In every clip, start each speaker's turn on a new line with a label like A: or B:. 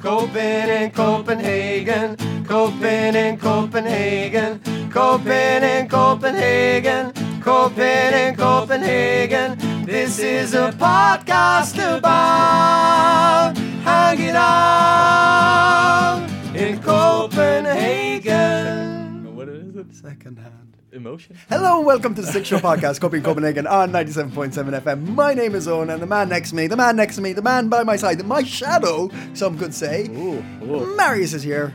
A: Copen in Copenhagen, Copen in Copenhagen, Copen in Copenhagen, Copen in Copenhagen. This is a podcast about hanging out in Copenhagen.
B: What is it?
C: Secondhand.
B: Emotion?
C: Hello and welcome to the Six Show Podcast, Copying Copenhagen on 97.7 FM. My name is Owen, and the man next to me, the man next to me, the man by my side, my shadow, some could say,
B: Ooh, ooh.
C: Marius is here.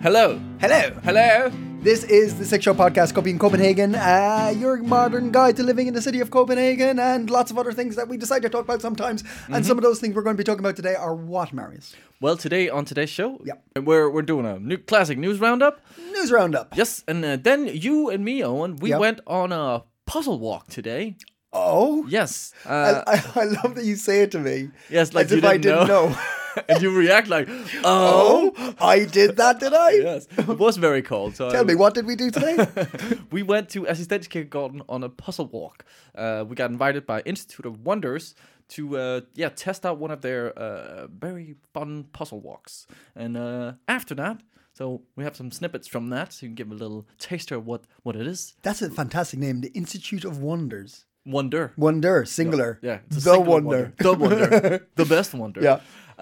B: Hello.
C: Hello.
B: Hello.
C: This is the Six Show Podcast, Copying Copenhagen, uh, your modern guide to living in the city of Copenhagen, and lots of other things that we decide to talk about sometimes.
B: Mm-hmm.
C: And some of those things we're going to be talking about today are what, Marius?
B: Well, today on today's show,
C: Yep.
B: we're we're doing a new classic news roundup.
C: News Roundup.
B: Yes, and uh, then you and me, Owen, we
C: Yep.
B: went on a puzzle walk today.
C: Oh.
B: Yes.
C: I,
B: Uh,
C: I, I love that you say it to me.
B: Yes, like
C: as
B: you
C: if I
B: didn't
C: didn't
B: know.
C: know.
B: and you react like, oh.
C: oh, I did that, did I?
B: Yes. It was very cold. So I-
C: Tell me, what did we do today?
B: we went to Assistenskirkegården on a puzzle walk. Uh, we got invited by Institute of Wonders to uh, yeah test out one of their uh, very fun puzzle walks. And uh, after that, so we have some snippets from that, so you can give a little taster of what what it is.
C: That's a fantastic name, the Institute of Wonders.
B: Wonder.
C: Wonder, singular.
B: Yeah, it's a
C: the
B: singular
C: wonder.
B: The wonder. the best wonder.
C: Yeah.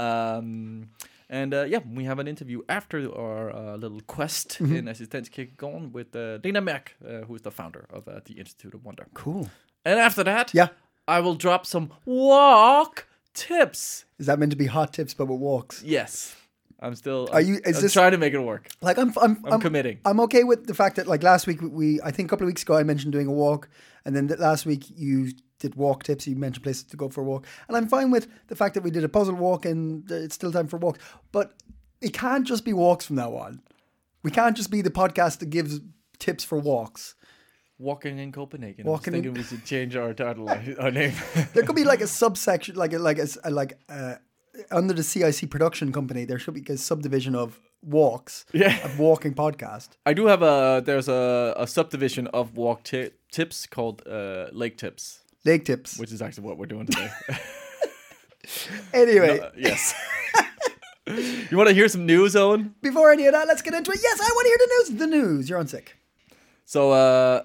B: Um, and uh, yeah, we have an interview after our uh, little quest
C: Mm-hmm.
B: in Assistenskirkegården with uh, Dana Mack, uh, who is the founder of uh, the Institute of Wonder.
C: Cool.
B: And after that,
C: Yeah.
B: I will drop some walk tips.
C: Is that meant to be hot tips, but with walks?
B: Yes, I'm still.
C: Are you- is
B: I'm
C: this-
B: trying to make it work?
C: Like I'm, I'm, I'm,
B: committing.
C: I'm okay with the fact that like last week we, I think a couple of weeks ago I mentioned doing a walk, and then th- last week you did walk tips. You mentioned places to go for a walk, and I'm fine with the fact that we did a puzzle walk and th- it's still time for walks. But it can't just be walks from now on. We can't just be the podcast that gives tips for walks.
B: Walking in Copenhagen.
C: Walking
B: I was
C: in-
B: thinking we should change our title, our name.
C: There could be like a subsection, like a, like a, s- a- like uh, under the CIC production company, there should be a subdivision of walks,
B: Yeah.
C: a walking podcast.
B: I do have a. There's a, a subdivision of walk ti- tips called uh, Lake Tips,
C: Lake tips.
B: which is actually what we're doing today.
C: Anyway,
B: Uh, yes. you want to hear some news, Owen?
C: before any of that, let's get into it. Yes, I want to hear the news. The news. You're on sick.
B: So uh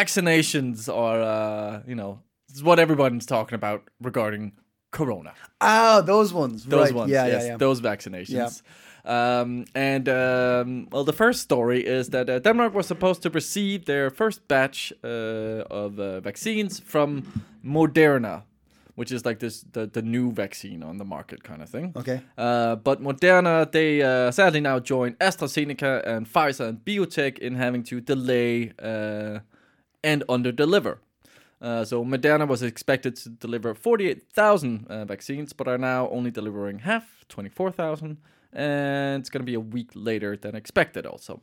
B: vaccinations are uh you know this is what everyone's talking about regarding corona.
C: Ah, those ones.
B: Those
C: right.
B: ones,
C: Yeah,
B: yes,
C: yeah, yeah.
B: those vaccinations. Um, and um, well, the first story is that uh, Denmark was supposed to receive their first batch uh, of uh, vaccines from Moderna, which is like this the, the new vaccine on the market kind of thing.
C: Okay.
B: Uh, but Moderna, they uh, sadly now join AstraZeneca and Pfizer and Biotech in having to delay uh, and under deliver. Uh, so Moderna was expected to deliver 48,000 uh, vaccines, but are now only delivering half, 24,000, and it's going to be a week later than expected. Also,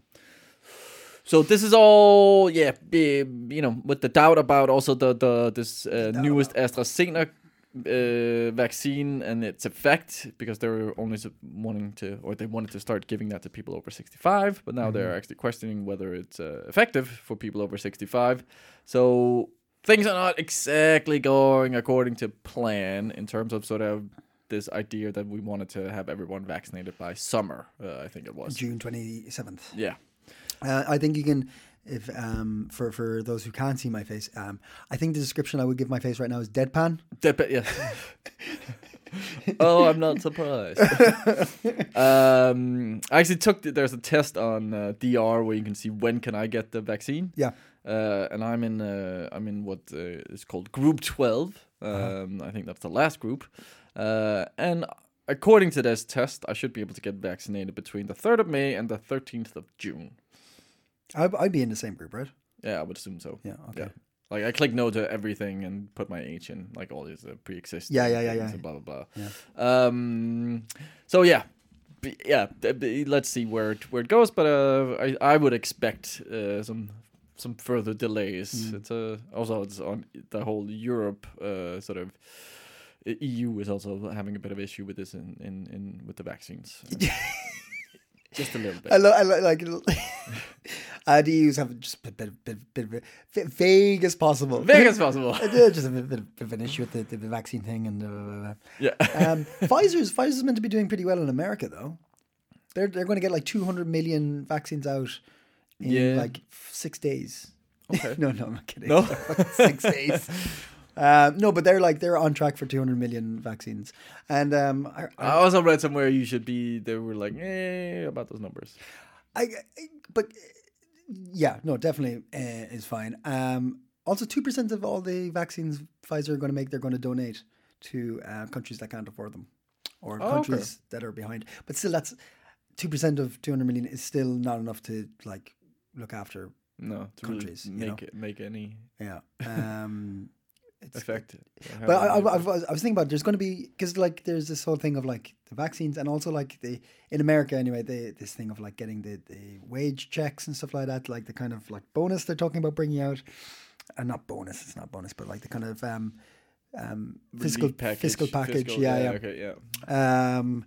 B: so this is all, yeah, be, you know, with the doubt about also the the this uh, newest AstraZeneca uh, vaccine and its effect because they were only su- wanting to or they wanted to start giving that to people over 65 but now they're actually questioning whether it's uh, effective for people over 65 so things are not exactly going according to plan in terms of sort of this idea that we wanted to have everyone vaccinated by summer uh, i think it was
C: June 27th.
B: yeah
C: Uh, I think you can, if um, for for those who can't see my face, um, I think the description I would give my face right now is deadpan.
B: Dep- yeah. oh, I'm not surprised. um, I actually took the, there's a test on uh, DR where you can see when can I get the vaccine.
C: Yeah.
B: Uh, and I'm in uh, I'm in what uh, is called group 12. Um, I think that's the last group. Uh, and according to this test, I should be able to get vaccinated between the 3rd of May and the 13th of June.
C: I'd, I'd be in the same group, right?
B: Yeah, I would assume so.
C: Yeah. Okay.
B: Yeah. Like I click no to everything and put my age in, like all these uh, pre-existing.
C: Yeah, yeah, yeah,
B: things
C: yeah.
B: And blah blah blah. Um, so yeah, B- yeah. th- b- Let's see where it, where it goes, but uh, I I would expect uh, some some further delays.
C: Mm.
B: It's uh, also it's on the whole Europe uh, sort of. uh, EU is also having a bit of issue with this in, in, in with the vaccines. Just a little bit.
C: I, lo- I lo- like Uh, the EU's have just a bit, bit, bit, bit, bit vague as possible.
B: Vague as possible.
C: Uh, yeah, just a bit, bit, bit of an issue with the, the vaccine thing and. uh, Blah, blah, blah.
B: Yeah.
C: Um, Pfizer's Pfizer's meant to be doing pretty well in America though. They're they're going to get like 200 million vaccines out in
B: Yeah.
C: like f- six days.
B: Okay.
C: no, no, I'm not kidding.
B: No?
C: six days. Um, no, but they're like they're on track for 200 million vaccines, and um, I, I,
B: I also read somewhere you should be. They were like, eh, about those numbers.
C: I, I- but yeah, no, definitely uh, is fine. Um, also, two percent of all the vaccines Pfizer are going to make, they're going to donate to uh, countries that can't afford them, or
B: okay.
C: countries that are behind. But still, that's two percent of two hundred million is still not enough to like look after.
B: No, to really
C: Countries, you
B: make
C: know?
B: it, make any
C: Yeah. Um, it's,
B: effect.
C: But I, I, I, was, I was thinking about it, there's going to be because like there's this whole thing of like the vaccines and also like the in America anyway they this thing of like getting the, the wage checks and stuff like that like the kind of like bonus they're talking about bringing out and not bonus it's not bonus but like the kind of um um fiscal
B: Relief package,
C: fiscal package
B: fiscal-
C: yeah yeah,
B: Okay, yeah.
C: um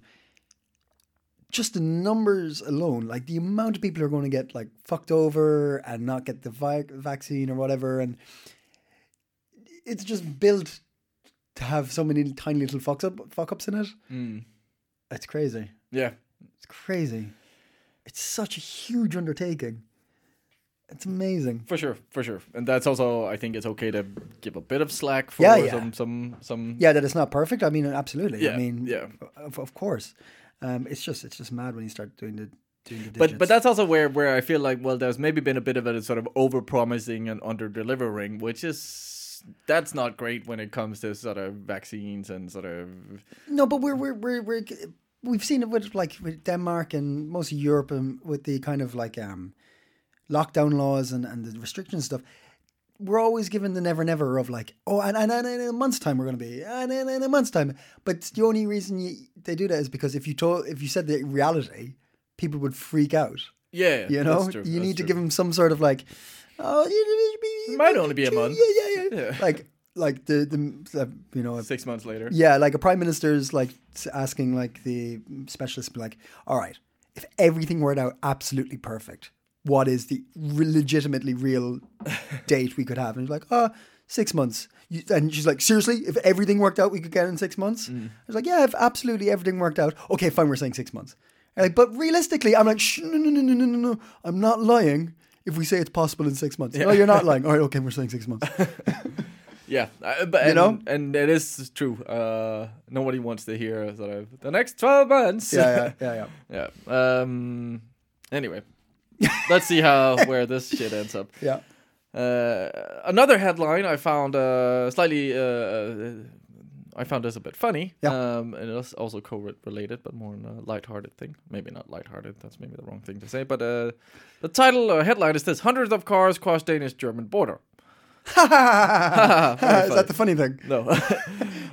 C: just the numbers alone like the amount of people who are going to get like fucked over and not get the vi- vaccine or whatever and it's just built to have so many tiny little fucks up fuck ups in it
B: Mm.
C: it's crazy
B: Yeah.
C: it's crazy it's such a huge undertaking it's amazing
B: For sure, for sure, and that's also I think it's okay to give a bit of slack for
C: Yeah, yeah.
B: some some some.
C: yeah that it's not perfect i mean absolutely
B: Yeah,
C: i mean
B: yeah.
C: of, of course um it's just it's just mad when you start doing the doing the
B: But but
C: digits.
B: that's also where where I feel like well there's maybe been a bit of a sort of over promising and under delivering, which is that's not great when it comes to sort of vaccines and sort of
C: No, but we're we're we're, we're we've seen it with like with Denmark and most of Europe and with the kind of like um lockdown laws and and the restrictions and stuff. We're always given the never never of like oh and and, and in a month's time we're going to be and, and in a month's time. But the only reason you, they do that is because if you told if you said the reality, people would freak out.
B: yeah
C: You know,
B: that's true,
C: you
B: that's
C: need to
B: true.
C: give them some sort of like oh you- you- you-
B: It might only be a month.
C: Yeah, yeah, yeah.
B: Yeah.
C: Like like the the uh, you know
B: six months later.
C: yeah, like a prime minister's like s- asking like the specialist, be like, all right, if everything worked out absolutely perfect, what is the re- legitimately real date we could have? And he's like, oh, six months. You, and she's like, seriously, if everything worked out, we could get it in six months. I was like, yeah, if absolutely everything worked out, okay, fine, we're saying six months. And like, but realistically, I'm like, Shh, no, no, no, no, no, no, no, I'm not lying. If we say it's possible in six months, no, you're not lying. All right, okay, we're saying six months.
B: Yeah, uh, but and,
C: You know?
B: and it is true. Uh, nobody wants to hear sort of the next twelve months.
C: Yeah, yeah, yeah, yeah.
B: yeah. Um. Anyway, let's see how where this shit ends up.
C: yeah.
B: Uh, another headline I found uh, slightly. Uh, uh, I found this a bit funny.
C: Yeah.
B: Um, and it's also COVID related, but more on a lighthearted thing. Maybe not lighthearted. That's maybe the wrong thing to say. But uh, the title or headline is this: Hundreds of cars cross Danish-German border.
C: Is that the funny thing?
B: No.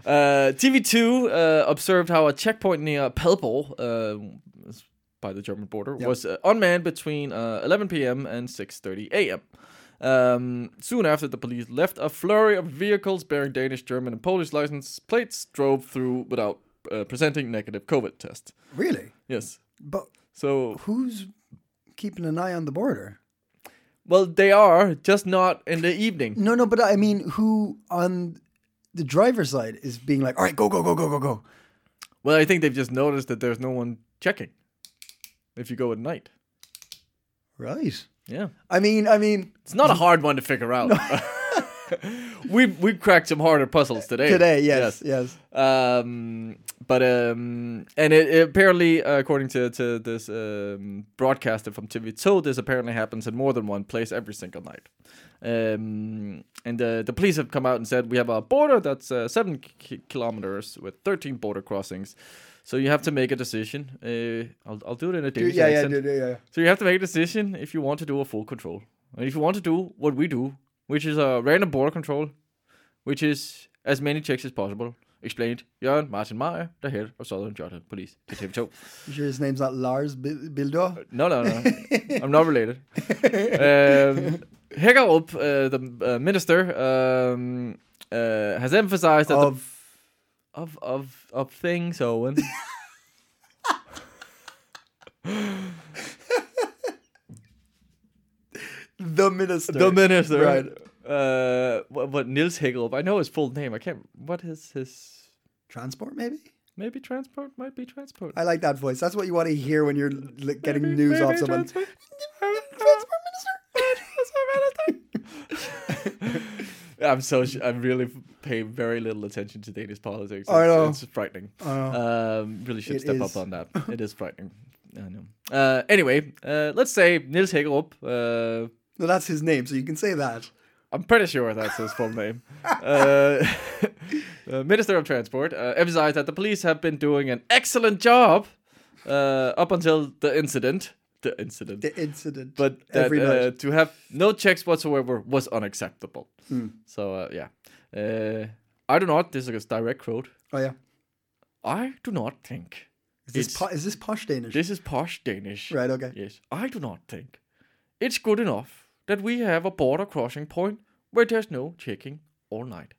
B: uh, TV2 uh, observed how a checkpoint near Pelpo, uh, it's by the German border,
C: Yeah.
B: was uh, unmanned between uh, 11 p.m. and 6:30 a.m. Um, soon after the police left, a flurry of vehicles bearing Danish, German, and Polish license plates drove through without uh, presenting negative COVID tests.
C: Really?
B: Yes.
C: But
B: So,
C: who's keeping an eye on the border?
B: well, they are just not in the evening.
C: No, no, but I mean, who on the driver's side is being like, all right, go, go, go, go, go, go.
B: Well, I think they've just noticed that there's no one checking if you go at night.
C: Right.
B: Yeah.
C: I mean, I mean,
B: It's not a hard one to figure out. we we cracked some harder puzzles today.
C: today, yes, yes.
B: Um, but um, and it, it apparently, uh, according to to this um, broadcaster from TV2, this apparently happens in more than one place every single night. Um, and uh, the police have come out and said we have a border that's uh, seven ki- kilometers with thirteen border crossings. So you have to make a decision. Uh, I'll I'll do it in a Danish
C: yeah, yeah,
B: accent.
C: yeah, yeah, yeah.
B: So you have to make a decision if you want to do a full control. And if you want to do what we do, which is a random border control, which is as many checks as possible, explained Jørgen Martin Meyer, the head of Southern Jutland Police, to TV2.
C: You sure his name's not Lars Bil- Bildor?
B: No, no, no. I'm not related. Um, Hækkerup, uh, the uh, minister, um, uh, has emphasized that the,
C: Of,
B: of of of things, Owen.
C: the minister.
B: The minister,
C: Right.
B: Uh, what, what Nils Hagerup? I know his full name. I can't. What is his?
C: Transport, maybe?
B: Maybe transport. Might be transport.
C: I like that voice. That's what you want to hear when you're like, getting news off someone.
B: Transport,
C: Transport
B: I'm so. Sh- I really pay very little attention to Danish politics. It's,
C: I know.
B: it's frightening.
C: I
B: Um, really should
C: It
B: step
C: is.
B: up on that. It is frightening. I know. Uh, anyway, uh, let's say Nils Hagerup. Uh,
C: No, that's his name, so you can say that.
B: I'm pretty sure that's his full name. Uh, uh, Minister of Transport uh, emphasized that the police have been doing an excellent job uh, up until the incident. The incident.
C: The incident.
B: but that,
C: every
B: uh,
C: night.
B: to have no checks whatsoever was unacceptable.
C: Hmm.
B: So uh, yeah, uh, I do not. This is a direct quote.
C: Oh yeah.
B: I do not think
C: Is this
B: it's-
C: po- is this posh Danish?
B: this is posh Danish.
C: right. Okay.
B: Yes, I do not think it's good enough that we have a border crossing point where there's no checking all night.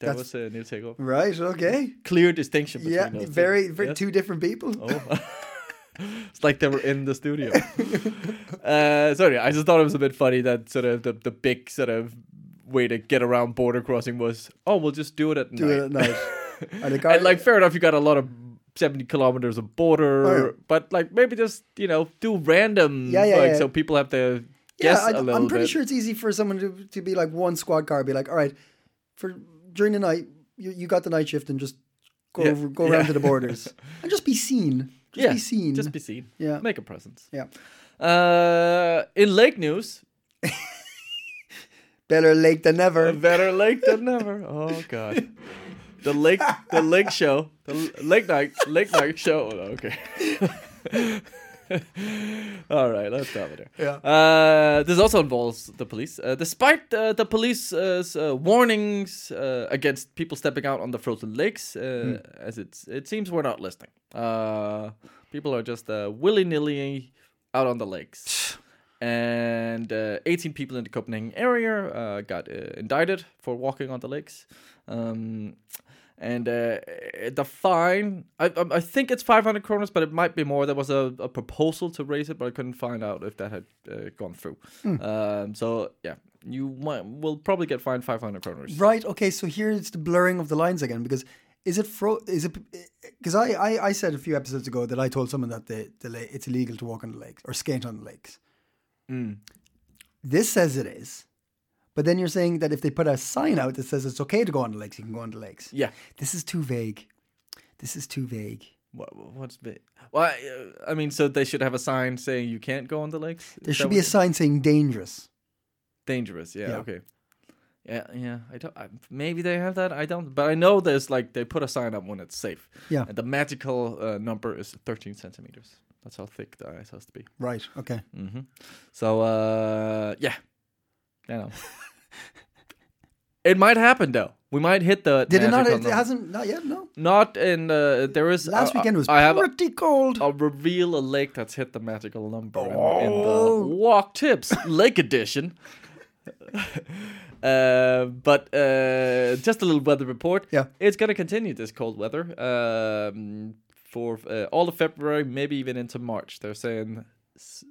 B: That was
C: That's-
B: uh, Neil Takeoff.
C: Right. Okay.
B: Clear distinction between
C: Yeah.
B: those two.
C: Very. very
B: Yes.
C: Two different people.
B: Oh. it's like they were in the studio. uh, sorry, I just thought it was a bit funny that sort of the, the big sort of way to get around border crossing was, oh, we'll just do it at
C: Do
B: night.
C: it at night. And the guy-
B: and like, fair enough, you got a lot of 70 kilometers of border,
C: Oh, yeah.
B: but like maybe just, you know, do random,
C: Yeah, yeah,
B: like
C: yeah.
B: so people have to guess
C: I,
B: a little
C: I'm pretty
B: bit.
C: sure it's easy for someone to, to be like one squad car, be like, all right, for during the night, you, you got the night shift and just go
B: Yeah,
C: over, go
B: yeah.
C: around to the borders and just be seen. Just
B: yeah,
C: be seen.
B: Just be seen.
C: Yeah.
B: Make a presence.
C: yeah.
B: Uh, in Lake News,
C: Better late than
B: A
C: never.
B: better lake than never. Oh god. The lake the lake show. The l- lake night lake night show. Oh, okay. All right, let's stop it there.
C: Yeah.
B: Uh, this also involves the police. Uh, despite uh, the police's uh, warnings uh, against people stepping out on the frozen lakes, uh, as it's, it seems we're not listening. Uh, people are just uh, willy nilly out on the lakes. And uh, 18 people in the Copenhagen area uh, got uh, indicted for walking on the lakes. Um, and uh, the fine, I, um, I- I think it's 500 kronas, but it might be more. There was a, a proposal to raise it, but I couldn't find out if that had uh, gone through.
C: Hmm.
B: Um, so, yeah, you might, will probably get fined 500 kronas.
C: Right. Okay. So here's the blurring of the lines again because is it fro? Is it because I, I I said a few episodes ago that I told someone that the, the la- it's illegal to walk on the lakes or skate on the lakes.
B: Hmm.
C: This says it is, but then you're saying that if they put a sign out that says it's okay to go on the lakes, you can go on the lakes.
B: Yeah.
C: This is too vague. This is too vague.
B: What, what's the. Well, I- I mean, so they should have a sign saying you can't go on the lakes?
C: There should be a sign saying dangerous.
B: dangerous. Yeah,
C: Yeah.
B: okay. Yeah, yeah. I don't. I, maybe they have that. I don't. But I know there's like they put a sign up when it's safe.
C: Yeah.
B: And the magical uh, number is 13 centimeters. That's how thick the ice has to be.
C: Right. Okay.
B: hmm So uh, yeah, you know, it might happen though. We might hit the.
C: Did it not?
B: magical
C: It
B: number.
C: hasn't. Not yet. No.
B: Not in. Uh, there is.
C: Last
B: I-
C: weekend was
B: I have. a- Oh,
C: pretty cold.
B: I'll reveal a lake that's hit the magical number in- in,
C: Oh.
B: the Walk Tips Lake Edition. Uh, but uh, just a little weather report.
C: Yeah.
B: it's going to continue this cold weather um, for uh, all of February, maybe even into March. They're saying s-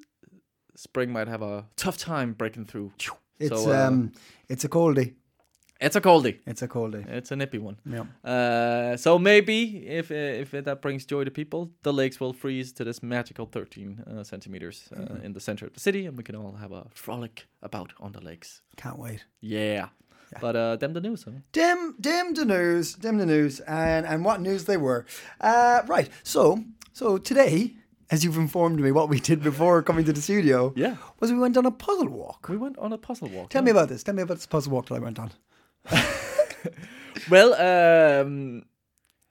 B: spring might have a tough time breaking through.
C: It's
B: So, uh,
C: um. It's a coldie.
B: It's a coldie.
C: It's a coldie.
B: It's a nippy one.
C: Yeah.
B: Uh, so maybe if uh, if that brings joy to people, the lakes will freeze to this magical 13 uh, centimeters uh,
C: Hmm.
B: in the center of the city, and we can all have a frolic about on the lakes.
C: Can't wait.
B: Yeah, but uh, them the news. Huh?
C: Dim, dim the news, dim the news, and and what news they were. Uh, right. So, so today, as you've informed me, what we did before coming to the studio,
B: Yeah.
C: was we went on a puzzle walk.
B: We went on a puzzle walk.
C: Tell me about this. Tell me about this puzzle walk that I went on.
B: Well, um,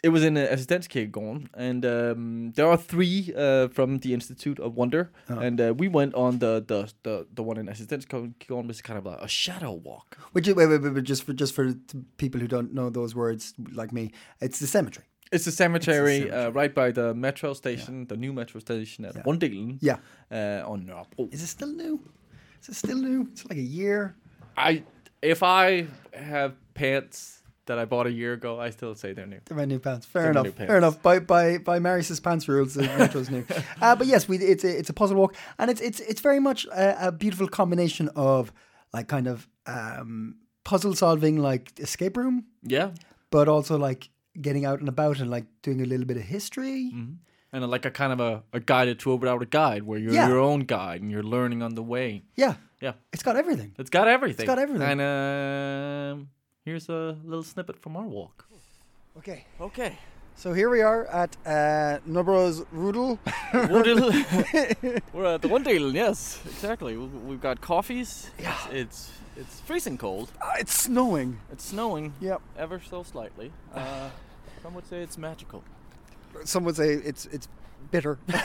B: it was in uh, Assistenskirkegården, and um, there are three uh, from the Institute of Wonder,
C: Oh.
B: and uh, we went on the the the, the one in Assistenskirkegården, which is kind of like a shadow walk.
C: Which is, wait, wait, wait, wait, just for just for t- people who don't know those words like me, it's the cemetery.
B: It's a cemetery, Uh, right by the metro station, the new metro station at Runddelen.
C: Yeah.
B: Uh, on Nørrebro.
C: Is it still new? Is it still new? It's like a year.
B: I if I have pants that I bought a year ago, I still say they're new.
C: They're my new pants. Fair
B: They're my
C: enough.
B: new
C: Fair
B: pants.
C: enough. By by by Marius's pants rules, the retro's new. Uh, but yes, we it's a, it's a puzzle walk, and it's it's it's very much a, a beautiful combination of like kind of um, puzzle solving, like escape room,
B: Yeah,
C: but also like getting out and about and like doing a little bit of history.
B: Mm-hmm. and uh, like a kind of a, a guided tour without a guide, where you're
C: Yeah.
B: your own guide and you're learning on the way.
C: Yeah,
B: Yeah,
C: it's got everything.
B: it's got everything.
C: got everything.
B: And um, here's a little snippet from our walk.
C: Okay,
B: Okay.
C: so here we are at uh, Nobro's Rudel.
B: We're at the one day, yes, exactly. We- We've got coffees. Yeah. It's it's freezing cold.
C: Uh, it's snowing.
B: It's snowing.
C: Yep.
B: Ever so slightly. Uh, some would say it's magical.
C: Some would say it's it's bitter.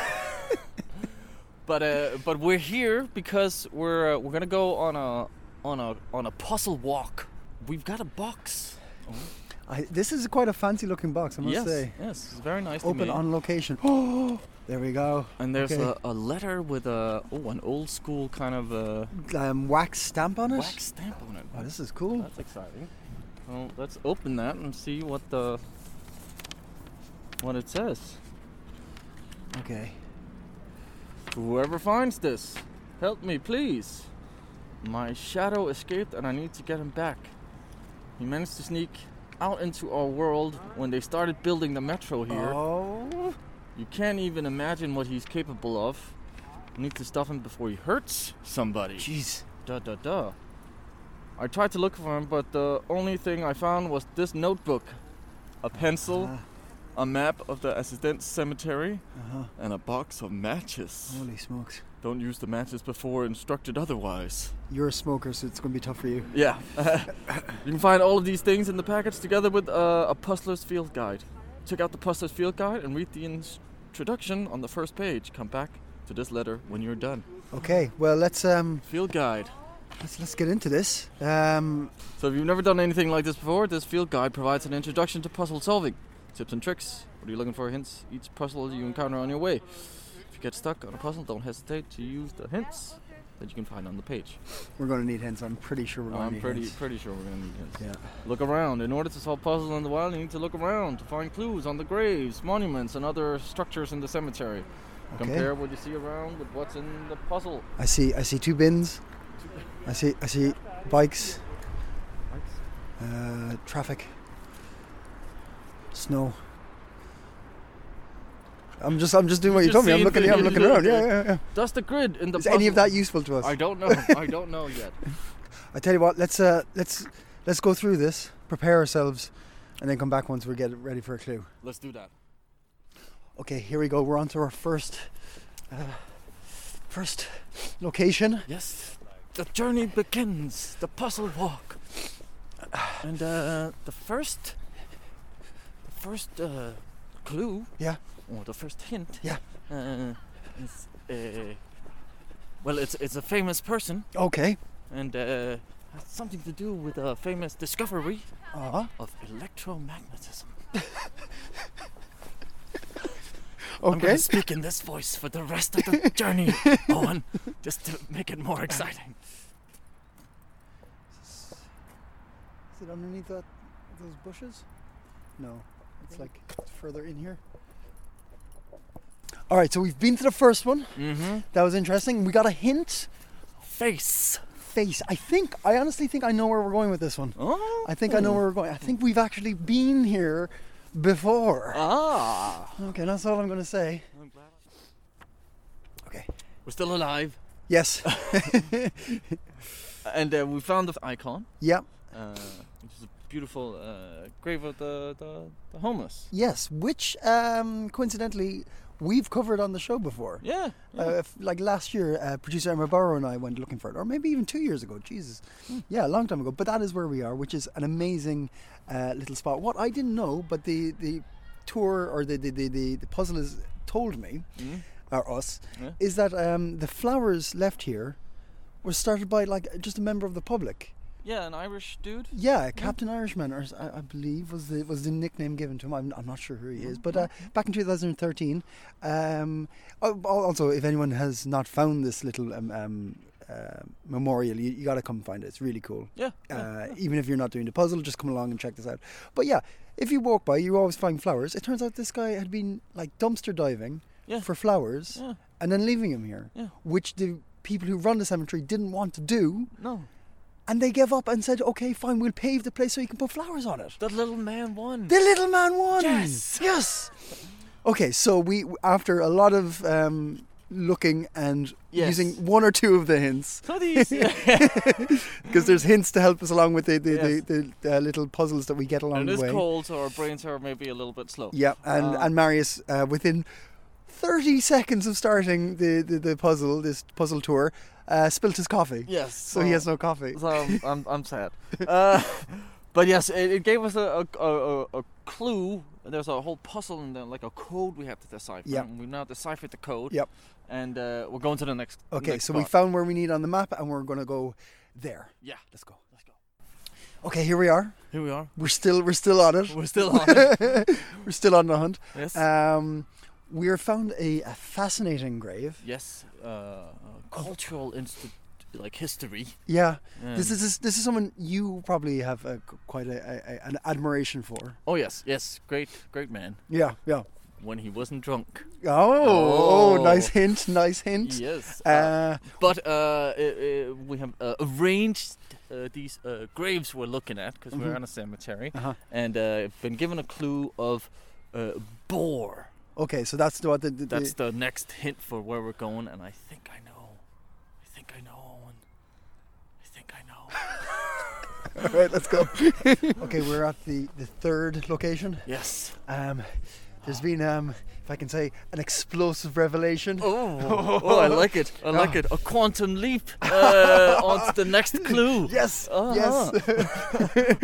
B: But uh, but we're here because we're uh, we're gonna go on a on a on a puzzle walk. We've got a box.
C: I, this is quite a fancy looking box, I must
B: yes,
C: say.
B: yes, it's very nice.
C: Open
B: to me.
C: on location. Oh, there we go.
B: And there's
C: Okay.
B: a, a letter with a oh an old school kind of uh
C: um, wax stamp on it.
B: wax stamp on it.
C: Oh, this is cool.
B: That's exciting. Well, let's open that and see what the what it says.
C: Okay.
B: Whoever finds this, help me, please. My shadow escaped and I need to get him back. He managed to sneak out into our world when they started building the metro here.
C: Oh.
B: You can't even imagine what he's capable of. Need to stop him before he hurts somebody.
C: Jeez.
B: Da da da. I tried to look for him, but the only thing I found was this notebook, a pencil,
C: Ah,
B: a map of the Assistent Cemetery,
C: uh-huh.
B: and a box of matches.
C: Holy smokes.
B: Don't use the matches before instructed otherwise.
C: You're a smoker, so it's going to be tough for you.
B: Yeah. you can find all of these things in the package together with uh, a Puzzler's Field Guide. Check out the Puzzler's Field Guide and read the introduction on the first page. Come back to this letter when you're done.
C: Okay. Well, let's um,
B: Field Guide.
C: let's let's get into this. Um,
B: So if you've never done anything like this before, this field guide provides an introduction to puzzle solving, tips and tricks. What are you looking for? Hints. Each puzzle you encounter on your way. If you get stuck on a puzzle, don't hesitate to use the hints that you can find on the page.
C: we're going to need hints. I'm pretty sure we're going to
B: I'm
C: need
B: pretty
C: hints.
B: pretty sure we're gonna need hints.
C: Yeah.
B: Look around. In order to solve puzzles in the wild, you need to look around to find clues on the graves, monuments, and other structures in the cemetery.
C: Okay.
B: Compare what you see around with what's in the puzzle.
C: I see. I see two bins. I see. I see bikes. Uh, traffic. Snow. I'm just. I'm just doing what you
B: You're
C: told me. I'm
B: seeing
C: looking. Yeah, I'm
B: things,
C: looking around.
B: yeah.
C: Yeah, yeah, yeah.
B: Does the grid in the
C: Is any of
B: puzzle-
C: that useful to us?
B: I
C: I,
B: don't know. I don't know yet.
C: tell you what. Let's. Uh, let's. Let's go through this. Prepare ourselves, and then come back once we get ready for a clue.
B: Let's do that.
C: Okay. Here we go. We're on to our first. Uh, first location.
B: Yes, the journey begins. The puzzle walk, and uh, the first, the first uh, clue.
C: Yeah.
B: Or the first hint.
C: Yeah.
B: Uh, is, uh, well, it's it's a famous person,
C: Okay.
B: and uh, has something to do with a famous discovery
C: Uh-huh.
B: of electromagnetism. I'm
C: Okay.
B: gonna speak in this voice for the rest of the journey, Owen, just to make it more exciting.
C: Is it underneath that those bushes? No, it's like further in here. All right, so we've been to the first one.
B: Mm-hmm.
C: That was interesting. We got a hint.
B: Face.
C: Face. I think. I honestly think I know where we're going with this one.
B: Oh.
C: I think I know where we're going. I think we've actually been here before.
B: Ah.
C: Okay, that's all I'm gonna say.
B: I'm glad I-
C: Okay.
B: We're still alive,
C: Yes.
B: and uh, we found the icon,
C: yep.
B: uh, which is a beautiful uh, grave of the, the, the homeless.
C: Yes. Which, um, coincidentally, we've covered on the show before.
B: Yeah. yeah.
C: Uh, if, like last year, uh, producer Emma Burrow and I went looking for it, or maybe even two years ago. Jesus, yeah, a long time ago. But that is where we are, which is an amazing uh, little spot. What I didn't know, but the the tour or the the the, the, the puzzle has told me,
B: Mm-hmm.
C: or us,
B: Hmm. Yeah.
C: is that um, the flowers left here were started by like just a member of the public.
B: yeah, an Irish dude.
C: Yeah, Captain Irishman, or s- I, I believe was the was the nickname given to him. I'm, I'm not sure who he is, but uh,
B: Mm-hmm.
C: back in 2013. Um, al- al- also, if anyone has not found this little um, um, uh, memorial. You, you got to come find it. It's really cool.
B: Yeah.
C: Uh, even if you're not doing the puzzle, just come along and check this out. But yeah, if you walk by, you always find flowers. It turns out this guy had been like dumpster diving
B: Yeah.
C: for flowers
B: Yeah.
C: and then leaving them here,
B: Yeah.
C: which the people who run the cemetery didn't want to do.
B: No.
C: And they gave up and said, okay, fine, we'll pave the place so you can put flowers on it.
B: That little man won.
C: The little man won.
B: Yes.
C: Yes. Okay, so we after a lot of um, looking and
B: Yes.
C: using one or two of the hints
B: So these.
C: because there's hints to help us along with the the,
B: Yes.
C: the, the uh, little puzzles that we get along
B: and
C: the
B: it's
C: way.
B: cold, so our brains are maybe a little bit slow.
C: Yeah, and
B: Uh,
C: and Marius uh, within. 30 seconds of starting the, the, the puzzle, this puzzle tour, uh, spilt his coffee.
B: Yes.
C: So he has no coffee.
B: So I'm, I'm, I'm sad. Uh, but yes, it, it gave us a, a, a, a- a clue. There's a whole puzzle and then like a code we have to decipher.
C: Yep.
B: And we've now deciphered the code.
C: Yep.
B: And uh, we're going to the next.
C: Okay,
B: next
C: so we
B: spot.
C: found where we need on the map and we're going to go there.
B: Yeah.
C: Let's go.
B: Let's go.
C: Okay, here we are.
B: Here we are.
C: We're still we're still on it.
B: We're still on. it.
C: We're still on the hunt.
B: yes.
C: Um, we are found a, a fascinating grave.
B: yes. Uh, uh, cultural institute, like history.
C: Yeah,
B: Um,
C: this is this, this is someone you probably have a, quite a, a, a- an admiration for.
B: Oh yes, yes. Great, great man.
C: Yeah, yeah.
B: When he wasn't drunk.
C: Oh, oh,
B: Oh.
C: nice hint, nice hint.
B: Yes.
C: Uh,
B: But uh, uh, uh, we have uh, arranged uh, these uh, graves we're looking at because we're
C: Mhm.
B: on a cemetery,
C: Uh-huh.
B: and uh, been given a clue of uh, boar.
C: okay, so that's the, what the, the,
B: That's the next hint for where we're going, and I think I know. I think I know, Owen. I think I know.
C: All right, let's go. okay, we're at the, the third location.
B: yes.
C: Um, there's been um, if I can say, an explosive revelation.
B: Oh, oh, I like it. I like it. A quantum leap uh, onto the next clue.
C: Yes,
B: Uh-huh.
C: yes,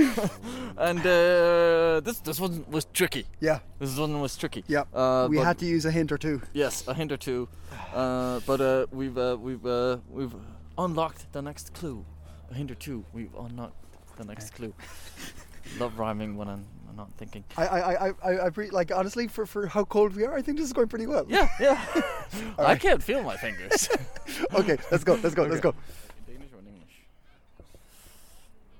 B: And uh, this this one was tricky.
C: yeah,
B: This one was tricky.
C: yeah.
B: Uh,
C: we
B: but-
C: had to use a hint or two.
B: Yes, a hint or two, uh, but uh, we've uh, we've uh, we've unlocked the next clue. A hint or two, we've unlocked the next clue. Love rhyming when I'm, I'm not thinking.
C: I, I, I, I, I pre- like honestly for, for how cold we are, I think this is going pretty well.
B: Yeah, yeah. I can't feel my fingers.
C: okay, let's go. Let's go. Let's go.
B: Okay. In Danish or in English?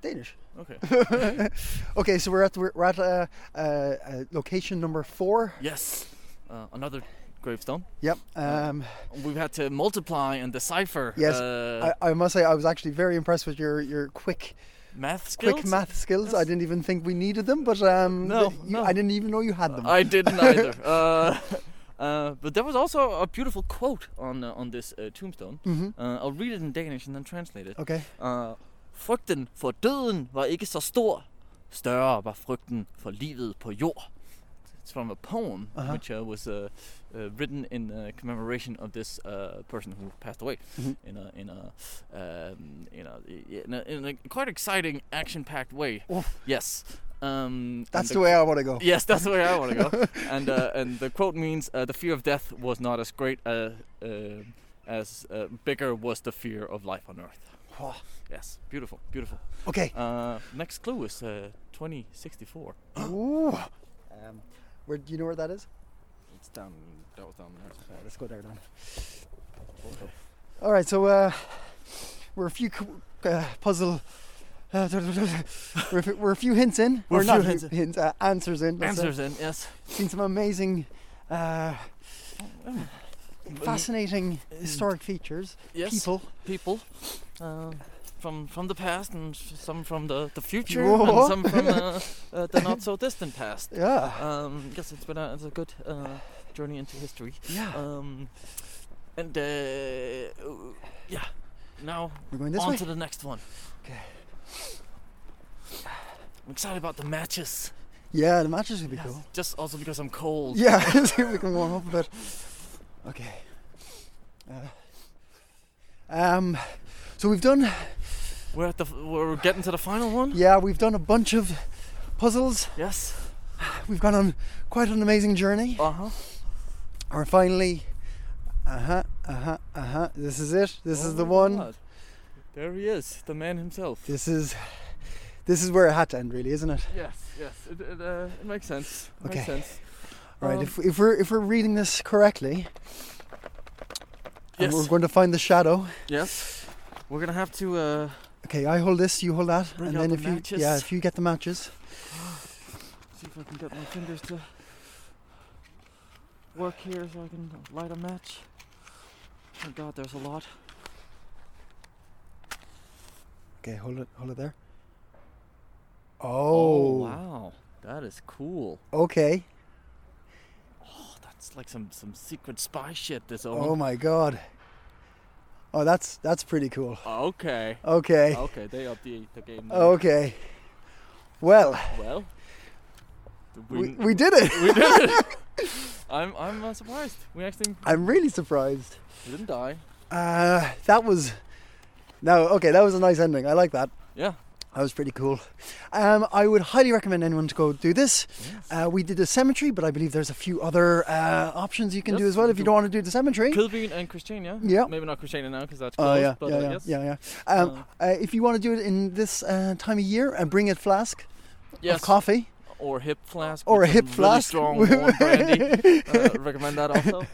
C: Danish.
B: Okay.
C: Okay, so we're at we're, we're at uh, uh, uh, location number four.
B: yes. Uh, another gravestone.
C: Yep.
B: Uh,
C: Um,
B: We've had to multiply and decipher.
C: Yes,
B: Uh,
C: I, I must say I was actually very impressed with your your quick
B: math skills.
C: quick math skills. I
B: Yes.
C: didn't even think we needed them, but um,
B: No,
C: th- you-
B: no.
C: I didn't even know you had them.
B: I didn't either. uh, uh, but there was also a beautiful quote on uh, on this uh, tombstone.
C: Mhm.
B: Uh, I'll read it in Danish and then translate it.
C: Okay.
B: Uh, frygten for døden var ikke så stor. Større var frygten for livet på jord. It's from a poem
C: Uh-huh.
B: which uh, was uh, uh, written in uh, commemoration of this uh, person who passed away
C: Mhm.
B: in a in a um, you know in a, in a quite exciting action-packed way.
C: Oof.
B: Yes. Um, and
C: That's the way I want to go.
B: Yes, that's the way I want to go. and uh, and the quote means uh, the fear of death was not as great uh, uh, as uh, bigger was the fear of life on earth.
C: Oh,
B: Yes, beautiful, beautiful.
C: okay.
B: Uh, next clue is uh, 2064.
C: Ooh. Um, where do you know where that is?
B: It's down. That was down
C: Uh,
B: there.
C: let's go there then. All right, so uh, we're a few cu- uh, puzzle. Uh, we're, a few, we're a few hints in.
B: We're
C: or
B: a
C: not
B: few hints
C: hints,
B: in.
C: uh, answers in. let's say.
B: Answers in yes.
C: Seen some amazing, uh, fascinating historic features.
B: Yes.
C: People.
B: People. Uh, from from the past and s- some from the the future
C: Whoa.
B: and some from uh, uh, the not so distant past.
C: Yeah.
B: Um, yes, it's been a, it's a good uh, journey into history.
C: yeah.
B: Um, and uh, yeah, now
C: we're going this
B: on
C: way.
B: to the next one.
C: 'Kay.
B: I'm excited about the matches.
C: yeah, the matches would be
B: Yes,
C: cool.
B: Just also because I'm cold.
C: Yeah, see if we can warm up a bit. Okay. Uh, um, so we've done
B: We're at the f- we're getting to the final one.
C: Yeah, we've done a bunch of puzzles.
B: Yes.
C: We've gone on quite an amazing journey.
B: Uh huh.
C: We're finally. Uh huh, uh huh, uh huh. This is it. This is the one.
B: Oh There he is, the man himself.
C: This is. This is where it had to end, really, isn't it?
B: Yes, yes. It, it, uh, it makes sense. It
C: Okay.
B: Makes sense.
C: Right.
B: Um,
C: if, if we're if we're reading this correctly, and
B: yes.
C: we're going to find the shadow.
B: yes. We're gonna have to. Uh,
C: Okay, I hold this, you hold that,
B: Bring
C: and
B: out
C: then
B: the
C: if you
B: matches.
C: yeah, if you get the matches,
B: See if I can get my fingers to work here so I can light a match. Oh god, there's a lot.
C: okay, hold it, hold it there. Oh,
B: wow. That is cool.
C: okay.
B: Oh, that's like some, some secret spy shit, this
C: Oh
B: old.
C: my god. Oh, that's that's pretty cool.
B: Oh, okay.
C: Okay,
B: Okay, they up the, the game. now.
C: okay. Well,
B: Well,
C: we, we did it.
B: we did it. I'm, I'm uh, surprised. We actually
C: I'm really surprised.
B: didn't die.
C: Uh, that was no okay. That was a nice ending. I like that.
B: Yeah.
C: That was pretty cool. Um, I would highly recommend anyone to go do this.
B: Yes.
C: Uh, we did the cemetery, but I believe there's a few other uh, options you can do
B: Yes,
C: as well
B: we
C: if you
B: do.
C: don't want to do the cemetery.
B: Kilbean and Christiania.
C: Yeah.
B: Maybe not Christiania now because that's
C: Oh
B: closed.
C: yeah,
B: but
C: yeah,
B: uh,
C: yeah,
B: yes.
C: yeah, yeah. Um,
B: Uh,
C: uh, if you want to do it in this uh, time of year and bring a flask
B: Yes.
C: of coffee
B: or hip flask.
C: or a
B: with
C: hip
B: some
C: flask,
B: Really strong warm brandy. Uh, recommend that also.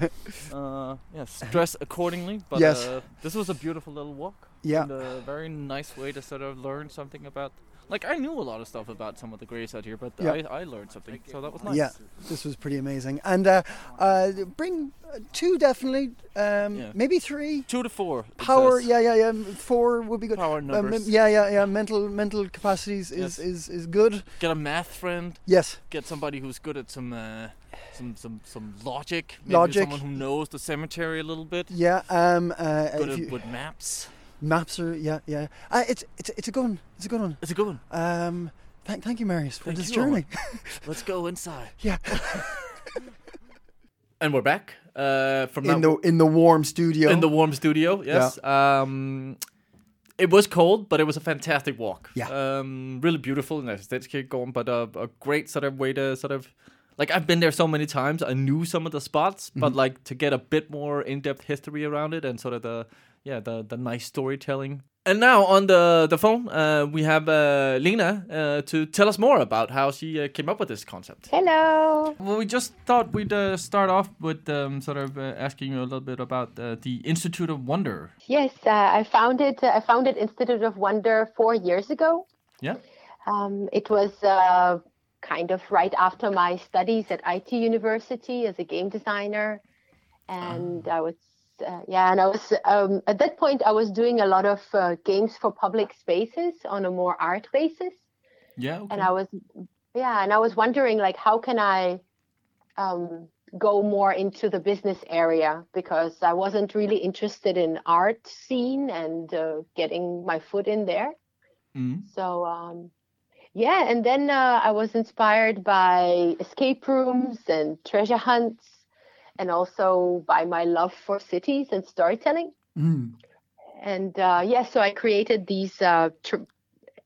B: Uh, yes, dress accordingly. But
C: Yes.
B: uh, this was a beautiful little walk.
C: Yeah.
B: And uh, a very nice way to sort of learn something about. Like I knew a lot of stuff about some of the graves out here, but
C: Yeah.
B: I, I learned something, so that was nice.
C: Yeah, this was pretty amazing. And uh, uh, bring uh, two definitely, um,
B: Yeah.
C: maybe three.
B: Two to four. it
C: Power,
B: says.
C: yeah, yeah, yeah. Four would be good.
B: Power
C: Um,
B: numbers.
C: yeah, yeah, yeah. Mental, mental capacities
B: Yes.
C: is, is, is good.
B: Get a math friend.
C: Yes,
B: Get somebody who's good at some, uh, some, some, some logic. Maybe
C: Logic.
B: Someone who knows the cemetery a little bit.
C: yeah. Um, uh,
B: Good
C: if
B: at,
C: you-
B: with maps.
C: maps are, yeah, yeah. Uh, it's, it's, it's a good one. It's a good one.
B: It's a good one.
C: Um, thank, thank you, Marius, for
B: Thank
C: this
B: you, Owen.
C: journey.
B: Let's go inside.
C: Yeah.
B: and we're back uh, from
C: in
B: that,
C: the in the warm studio.
B: in the warm studio. Yes. Um, it was cold, but it was a fantastic walk.
C: Yeah.
B: Um, really beautiful and aesthetic going, but a, a great sort of way to sort of like I've been there so many times. I knew some of the spots, but
C: Mm-hmm.
B: like to get a bit more in depth history around it and sort of the yeah the the nice storytelling. And now on the the phone, uh, we have uh, Lena uh, to tell us more about how she uh, came up with this concept.
D: Hello.
B: Well, we just thought we'd uh, start off with um, sort of uh, asking you a little bit about uh, the Institute of Wonder.
D: Yes, uh, I founded I founded Institute of Wonder four years ago.
B: Yeah.
D: Um, it was uh, kind of right after my studies at IT University as a game designer, and I was uh, yeah, and I was um, at that point I was doing a lot of uh, games for public spaces on a more art basis.
B: Yeah. Okay.
D: and I was yeah, and I was wondering like how can I um, go more into the business area because I wasn't really interested in art scene and uh, getting my foot in there.
B: Mhm.
D: So um, yeah, and then uh, I was inspired by escape rooms and treasure hunts, and also by my love for cities and storytelling
C: Mm.
D: and uh, yeah, so I created these. Uh, tr-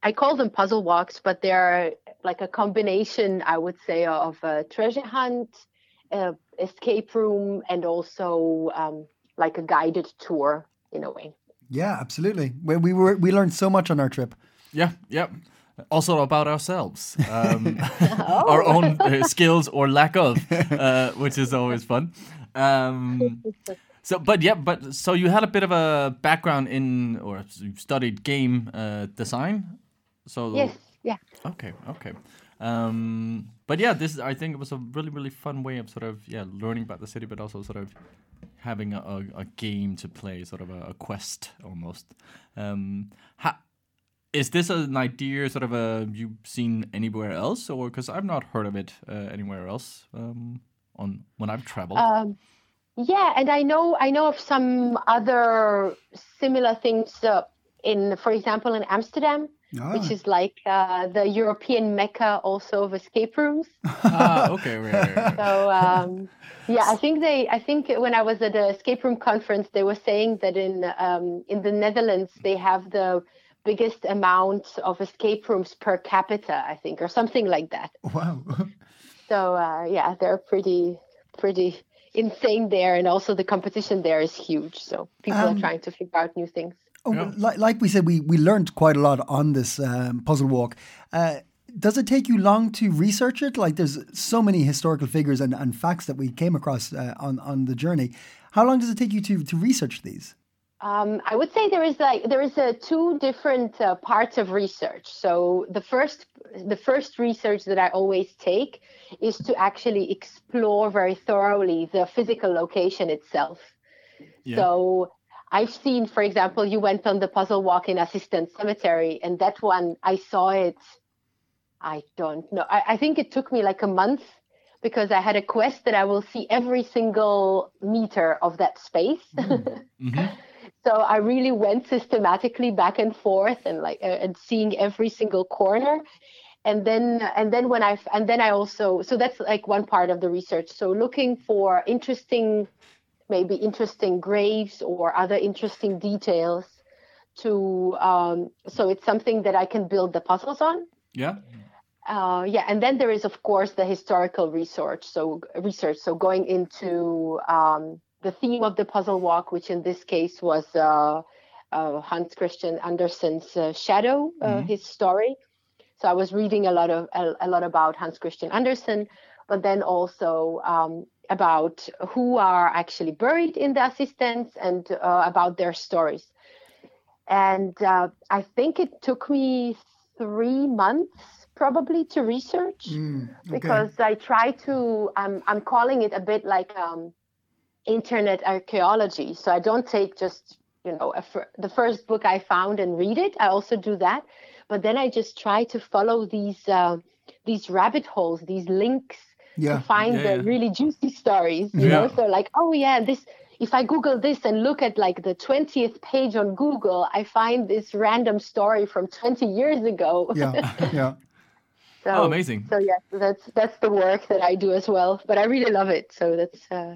D: I call them puzzle walks, but they're like a combination, I would say, of a treasure hunt, uh, escape room, and also um, like a guided tour in a way.
C: Yeah, absolutely. We, we were we learned so much on our trip.
B: Yeah. Yeah. Also about ourselves, um, our own
D: Oh.
B: uh, skills or lack of, uh, which is always fun. Um, so, but yeah, but so you had a bit of a background in or you studied game uh, design. So
D: Yes, yeah.
B: Okay, okay. Um, but yeah, this I think it was a really really fun way of sort of yeah learning about the city, but also sort of having a, a, a game to play, sort of a, a quest almost. Um, ha- is this an idea sort of a you've seen anywhere else, or because I've not heard of it uh, anywhere else um, on when I've traveled?
D: Um, yeah, and I know I know of some other similar things uh, in, for example, in Amsterdam, which is like uh, the European mecca also of escape rooms.
B: ah, okay, right, right, right.
D: So um, yeah, I think they. I think when I was at the escape room conference, they were saying that in um, in the Netherlands they have the biggest amount of escape rooms per capita, I think, or something like that.
C: wow.
D: So uh, yeah, they're pretty pretty insane there, and also the competition there is huge. So people
C: Um,
D: are trying to figure out new things.
C: Oh,
B: Yeah.
C: like, like we said, we we learned quite a lot on this um, puzzle walk. Uh, does it take you long to research it? Like, there's so many historical figures and, and facts that we came across uh, on on the journey. How long does it take you to to research these?
D: Um, I would say there is like there is uh, two different uh, parts of research. So the first the first research that I always take is to actually explore very thoroughly the physical location itself.
B: Yeah.
D: So I've seen, for example, you went on the puzzle walk in Assistant Cemetery, and that one I saw it. I don't know. I, I think it took me like a month because I had a quest that I will see every single meter of that space.
B: Mhm.
D: so I really went systematically back and forth and like uh, and seeing every single corner and then and then when I f- and then I also so that's like one part of the research so looking for interesting maybe interesting graves or other interesting details to um, so it's something that I can build the puzzles on
B: Yeah.
D: uh, yeah, and then there is of course the historical research. So research. So going into um, the theme of the puzzle walk, which in this case was uh, uh, Hans Christian Andersen's uh, Shadow, uh,
B: Mhm.
D: his story. So I was reading a lot of a, a lot about Hans Christian Andersen, but then also um, about who are actually buried in the assistants and uh, about their stories. And uh, I think it took me three months probably to research
C: Mm, okay.
D: because I try to. I'm I'm calling it a bit like um, internet archaeology. So I don't take just you know a fir- the first book I found and read it. I also do that, but then I just try to follow these uh, these rabbit holes, these links
C: yeah,
D: to find
B: Yeah,
D: the
B: yeah.
D: really juicy stories. You know,
B: Yeah.
D: so like oh yeah, this. If I Google this and look at like the 20th page on Google, I find this random story from 20 years ago.
C: yeah, yeah.
D: So,
B: Oh, amazing.
D: So yes, that's that's the work that I do as well. But I really love it. So that's uh,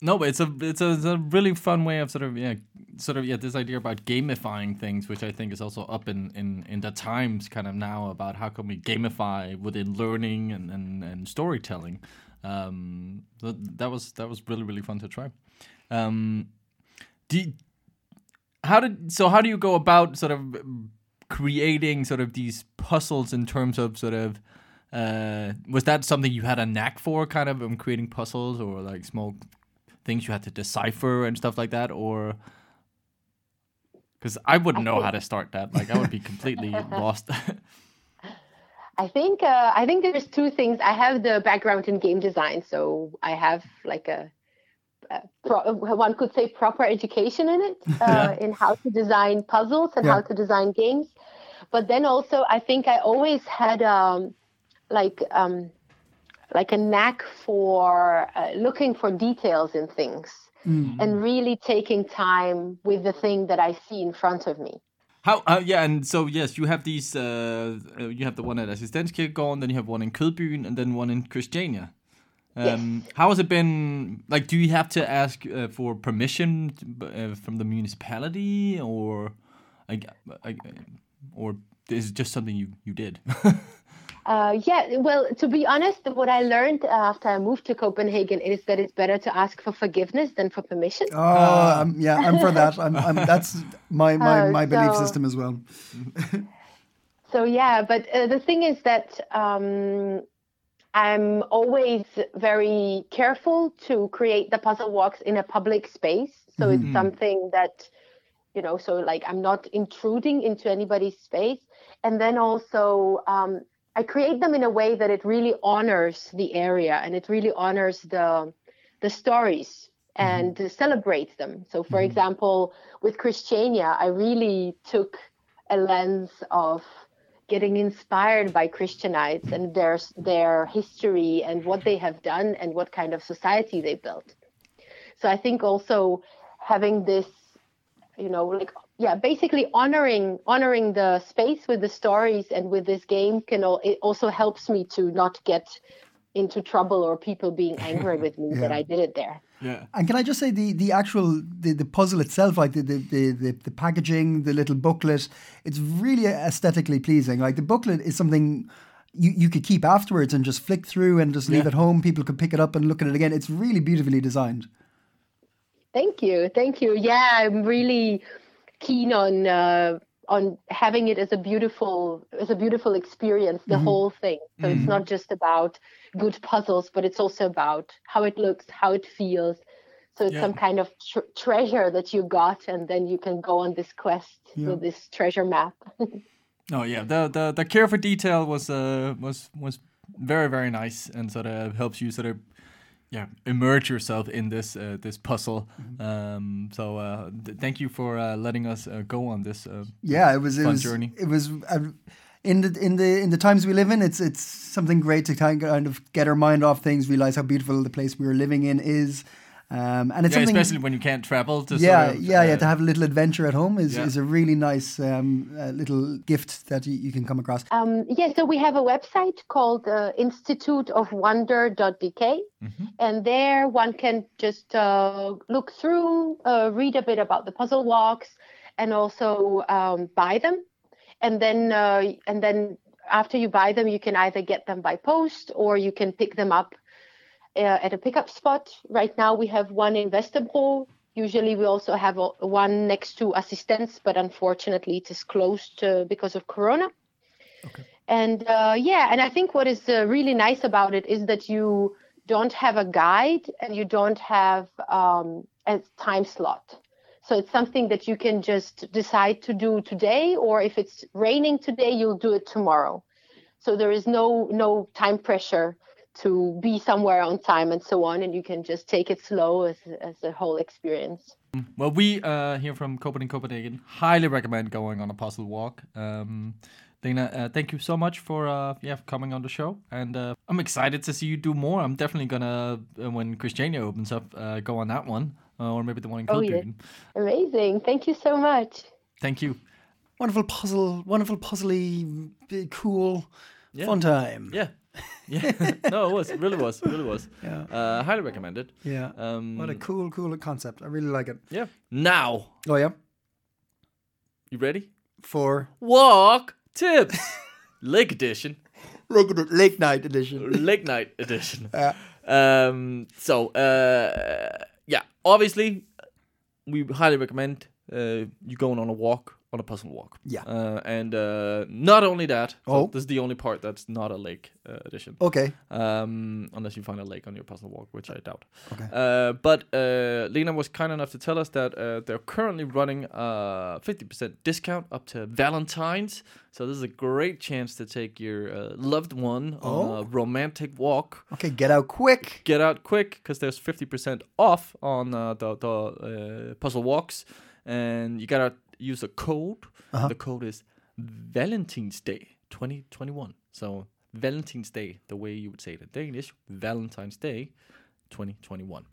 B: No, but it's a it's a, it's a really fun way of sort of yeah sort of yeah this idea about gamifying things, which I think is also up in in in the times kind of now about how can we gamify within learning and and, and storytelling. Um, th- that was that was really really fun to try. Um, do you- how did so how do you go about sort of creating sort of these puzzles in terms of sort of uh, was that something you had a knack for kind of um, creating puzzles or like small things you had to decipher and stuff like that or because i wouldn't know how to start that like i would be completely lost
D: I think uh, I think there's two things. I have the background in game design, so I have like a, a pro- one could say proper education in it uh, in how to design puzzles and
C: Yeah.
D: how to design games. But then also, I think I always had um, like um, like a knack for uh, looking for details in things and really taking time with the thing that I see in front of me.
B: How? Uh, yeah, and so yes, you have these. Uh, uh, you have the one at Assistenskirkegården, then you have one in Kødbyen, and then one in Christiania. Um, How has it been? Like, do you have to ask uh, for permission to, b- uh, from the municipality, or, I, I, uh, or is it just something you you did?
D: Uh, yeah, well, to be honest, what I learned uh, after I moved to Copenhagen is that it's better to ask for forgiveness than for permission.
C: Oh, I'm, yeah, I'm for that. I'm, I'm, that's my my,
D: Uh,
C: my belief
D: so-
C: system as well.
D: So yeah, but uh, the thing is that um, I'm always very careful to create the puzzle walks in a public space. So it's something that, you know, so like I'm not intruding into anybody's space. And then also, um, I create them in a way that it really honors the area and it really honors the the stories and celebrates them. So, for example, with Christiania, I really took a lens of getting inspired by Christianites and their their history and what they have done and what kind of society they built. So I think also having this, you know, like yeah, basically honoring honoring the space with the stories and with this game can all, it also helps me to not get into trouble or people being angry with me that I did it there.
B: yeah.
C: And can I just say the the actual the, the puzzle itself, like the the, the the the packaging, the little booklet, it's really aesthetically pleasing. Like the booklet is something you, you could keep afterwards and just flick through and just leave
B: Yeah.
C: at home. People could pick it up and look at it again. It's really beautifully designed.
D: Thank you, thank you. Yeah, I'm really keen on uh, on having it as a beautiful as a beautiful experience, the whole thing. So it's not just about good puzzles, but it's also about how it looks, how it feels. So it's
B: Yeah.
D: some kind of tr- treasure that you got, and then you can go on this quest
C: Yeah.
D: with this treasure map.
B: No, Oh, yeah, the the the care for detail was uh was was very very nice and sort of helps you sort of yeah immerse yourself in this uh, this puzzle.
C: Mm-hmm.
B: Um, so uh, th- thank you for uh, letting us uh, go on this. Uh,
C: Yeah, it was it
B: Fun
C: was,
B: journey.
C: It was uh, in the in the in the times we live in. It's it's something great to kind of get our mind off things, realize how beautiful the place we are living in is, um, and it's
B: yeah,
C: something.
B: especially when you can't travel. To
C: yeah,
B: sort of,
C: yeah, yeah.
B: uh,
C: To have a little adventure at home is,
B: Yeah.
C: is a really nice um, uh, little gift that you, you can come across.
D: Um, yeah, so we have a website called uh, Institute of Wonder.dk, and there one can just uh, look through, uh, read a bit about the puzzle walks, and also um, buy them. And then, uh, and then after you buy them, you can either get them by post or you can pick them up uh, at a pickup spot. Right now, we have one in Vesterbro. Usually, we also have a, one next to Assistance, but unfortunately, it is closed uh, because of Corona and uh, yeah and i think what is uh, really nice about it is that you don't have a guide and you don't have um, a time slot so it's something that you can just decide to do today or if it's raining today you'll do it tomorrow so there is no no time pressure to be somewhere on time and so on and you can just take it slow as as a whole experience
B: Well, we uh, here from Copenhagen, Copenhagen, highly recommend going on a puzzle walk. Um, Dana, uh, thank you so much for uh, yeah for coming on the show, and uh, I'm excited to see you do more. I'm definitely gonna uh, when Christiania opens up, uh, go on that one, uh, or maybe the one in
D: Oh, yeah.
B: Copenhagen.
D: amazing thank you so much
B: Thank you.
C: Wonderful puzzle, wonderful puzzly, b- cool, fun time.
B: Yeah, yeah. no, it was it really was it really was.
C: Yeah.
B: Uh, highly recommended.
C: Yeah.
B: Um,
C: What a cool, cool concept. I really like it.
B: yeah. Now
C: Oh yeah,
B: you ready?
C: for
B: Walk tips, lake edition.
C: late, late night edition.
B: late night edition. Um, so uh, yeah, obviously, we highly recommend uh, you going on a walk, on a puzzle walk.
C: Yeah.
B: Uh, and uh, not only that, so
C: Oh.
B: this is the only part that's not a lake uh, edition.
C: Okay.
B: Um, unless you find a lake on your puzzle walk, which I doubt.
C: Okay.
B: Uh, but uh, Lena was kind enough to tell us that uh, they're currently running a 50% discount up to Valentine's. So this is a great chance to take your uh, loved one on a romantic walk.
C: Okay. Get out quick.
B: Get out quick because there's 50% off on uh, the, the uh, puzzle walks. And you gotta use a code.
C: Uh-huh.
B: The code is Valentine's Day 2021. So Valentine's Day, the way you would say it in Danish, Valentine's Day 2021.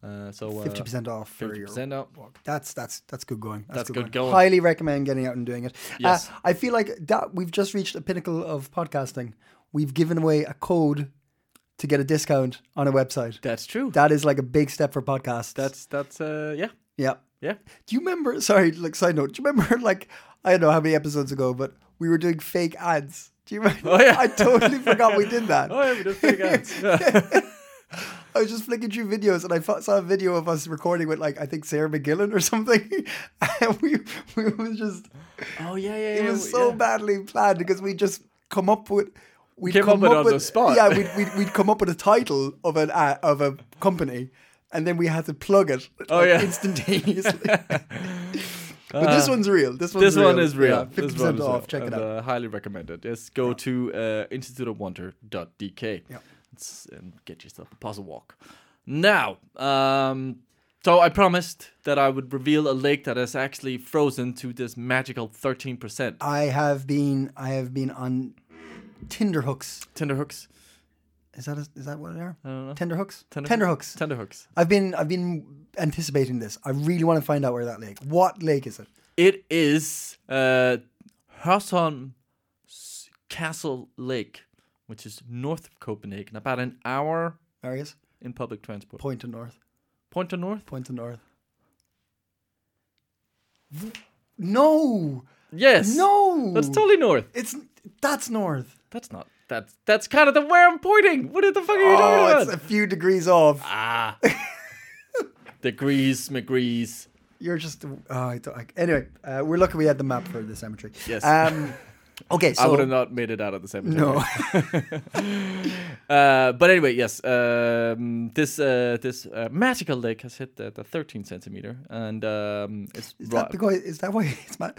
B: Uh, so uh,
C: Fifty percent off for
B: fifty
C: your
B: percent out.
C: That's that's that's good going.
B: That's good going.
C: Highly recommend getting out and doing it.
B: Yes.
C: Uh, I feel like that we've just reached a pinnacle of podcasting. We've given away a code to get a discount on a website.
B: That's true.
C: That is like a big step for podcasts.
B: that's that's uh, yeah,
C: yeah.
B: yeah.
C: Do you remember? Sorry, like side note. Do you remember? Like I don't know how many episodes ago, but we were doing fake ads. Do you remember?
B: Oh, yeah.
C: I totally forgot we did that.
B: Oh, yeah, we just figured out.
C: I was just flicking through videos and I fo- saw a video of us recording with like I think Sarah McGillan or something, and we we was just
B: oh yeah, yeah.
C: it
B: yeah,
C: was
B: we-
C: so
B: yeah.
C: badly planned because we just come up with we
B: Came up with on the spot.
C: Yeah, we'd, we'd, we'd come up with a title of an ad, of a company, and then we had to plug it.
B: Oh,
C: like,
B: yeah.
C: instantaneously. but this one's real. This one's
B: This
C: real.
B: one is real.
C: Yeah, Fifty
B: This one
C: percent
B: is
C: off.
B: real.
C: Check it
B: And,
C: out.
B: Uh, highly recommended. Just go to uh, instituteofwonder.dk
C: Yeah.
B: It's- and get yourself a puzzle walk. Now, um, so I promised that I would reveal a lake that is actually frozen to this magical 13%
C: I have been I have been on Tinder hooks.
B: tenderhooks.
C: Is that a, is that what they are?
B: I don't know.
C: Tender hooks.
B: Tender-
C: Tender hooks.
B: Tenderhooks.
C: I've been I've been anticipating this. I really want to find out where that lake. What lake is it?
B: It is uh, Hørsholm Castle Lake, which is north of Copenhagen, about an hour
C: Marius?
B: in public transport.
C: Point to north.
B: Point to north?
C: Point to north. No.
B: Yes.
C: No.
B: That's totally north.
C: It's that's north.
B: That's not. That's that's kind of the where I'm pointing. What the fuck are you
C: Oh,
B: talking
C: it's
B: about?
C: a few degrees off.
B: ah. degrees, McGrees.
C: You're just oh, I don't, I, anyway. Uh, we're lucky we had the map for the cemetery.
B: Yes.
C: Um, okay. So
B: I would have not made it out of the cemetery.
C: No.
B: Uh, but anyway, yes, um, this uh, this uh, magical lake has hit the, the 13 centimeter, and um, it's
C: Is
B: ro-
C: that because is that why it's not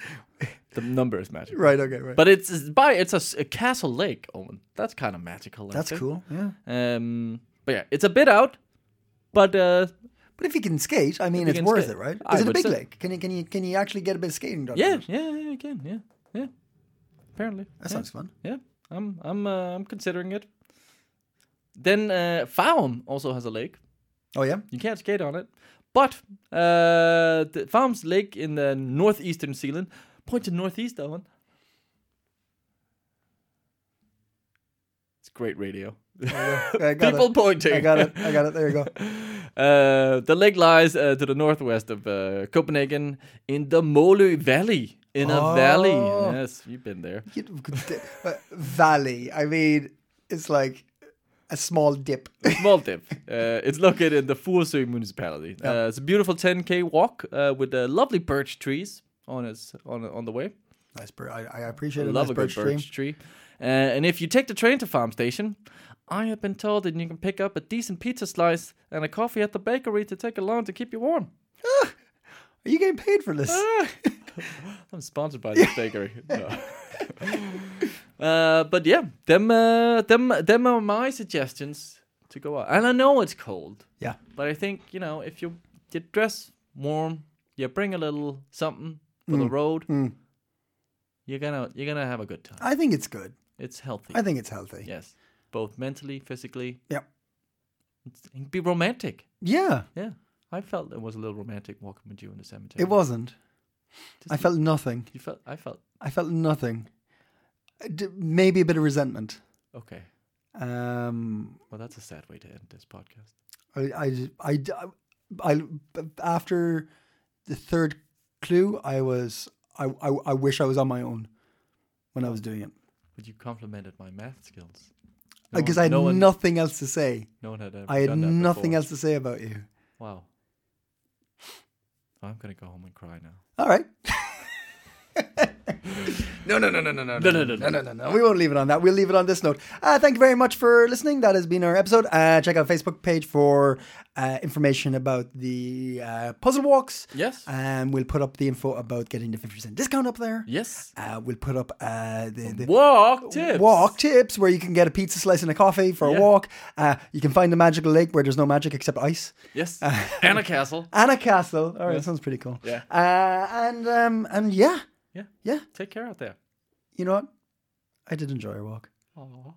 B: the number is magical.
C: right? Okay, right.
B: But it's, it's by it's a, s- a castle lake, Owen. That's kind of magical. I
C: that's
B: think.
C: cool. Yeah.
B: Um, but yeah, it's a bit out, but uh,
C: But if you can skate, I mean,
B: you
C: it's
B: can
C: worth
B: skate.
C: it, right?
B: I
C: Is it a
B: would
C: big
B: say-
C: lake? Can you can you can you actually get a bit of skating done?
B: yeah,
C: That
B: yeah, yeah, you can, yeah, yeah. Apparently, yeah.
C: sounds fun.
B: Yeah, I'm I'm uh, I'm considering it. Then uh, Farum also has a lake.
C: Oh yeah.
B: You can't skate on it, but uh, the Farm's lake in the northeastern Zealand. Point to northeast, Owen. It's great radio.
C: Okay, I got
B: People
C: it.
B: pointing.
C: I got it. I got it. There you go.
B: Uh, the lake lies uh, to the northwest of uh, Copenhagen in the Molu Valley. In a
C: Oh.
B: valley. Yes, you've been there.
C: You know, uh, Valley. I mean, it's like a small dip.
B: Small tip. Uh, it's located in the Fursø municipality. Uh, it's a beautiful 10k walk uh, with uh, lovely birch trees on its on on the way.
C: nice bird. I, I appreciate it.
B: Love
C: nice
B: a good
C: birch stream.
B: birch tree. Uh, and if you take the train to Farm Station, I have been told that you can pick up a decent pizza slice and a coffee at the bakery to take along to keep you warm.
C: Are you getting paid for this?
B: Uh. I'm sponsored by this bakery. No. uh, but yeah, them uh, them them are my suggestions to go out. And I know it's cold.
C: yeah.
B: But I think you know if you you dress warm, you bring a little something for
C: Mm.
B: the road. You're gonna you're gonna have a good time.
C: Hmm. I think it's good.
B: It's healthy.
C: I think it's healthy.
B: yes, both mentally, physically.
C: Yeah.
B: and Be romantic.
C: Yeah.
B: Yeah, I felt it was a little romantic walking with you in the cemetery.
C: It wasn't. I felt nothing.
B: You felt. I felt
C: I felt nothing. I d- Maybe a bit of resentment.
B: okay.
C: Um,
B: Well, that's a sad way to end this podcast.
C: I, I, I, I, after the third clue, I was, I, I, I wish I was on my own when I was doing it
B: But you complimented my math skills. No
C: because
B: one-
C: I had
B: no one-
C: nothing else to say.
B: No one had. Ever
C: I had
B: done that
C: nothing
B: before.
C: else to say about you.
B: Wow. I'm gonna go home and cry now.
C: All right. No, no, no, no, no, no, no, no, no, no, no, no, no. We won't leave it on that. We'll leave it on this note. Uh, thank you very much for listening. That has been our episode. Uh, check out Facebook page for uh, information about the uh, puzzle walks.
B: Yes.
C: And we'll put up the info about getting the 50% discount up there.
B: Yes.
C: Uh, we'll put up uh, the, the
B: Walk tips.
C: walk tips where you can get a pizza slice and a coffee for
B: Yeah.
C: a walk. Uh, you can find the magical lake where there's no magic except ice.
B: Yes. Anna Castle.
C: And a castle. All right, sounds pretty cool.
B: Yeah.
C: Uh, and um, and yeah,
B: Yeah.
C: yeah.
B: Take care out there.
C: You know what? I did enjoy our walk.
B: Aw.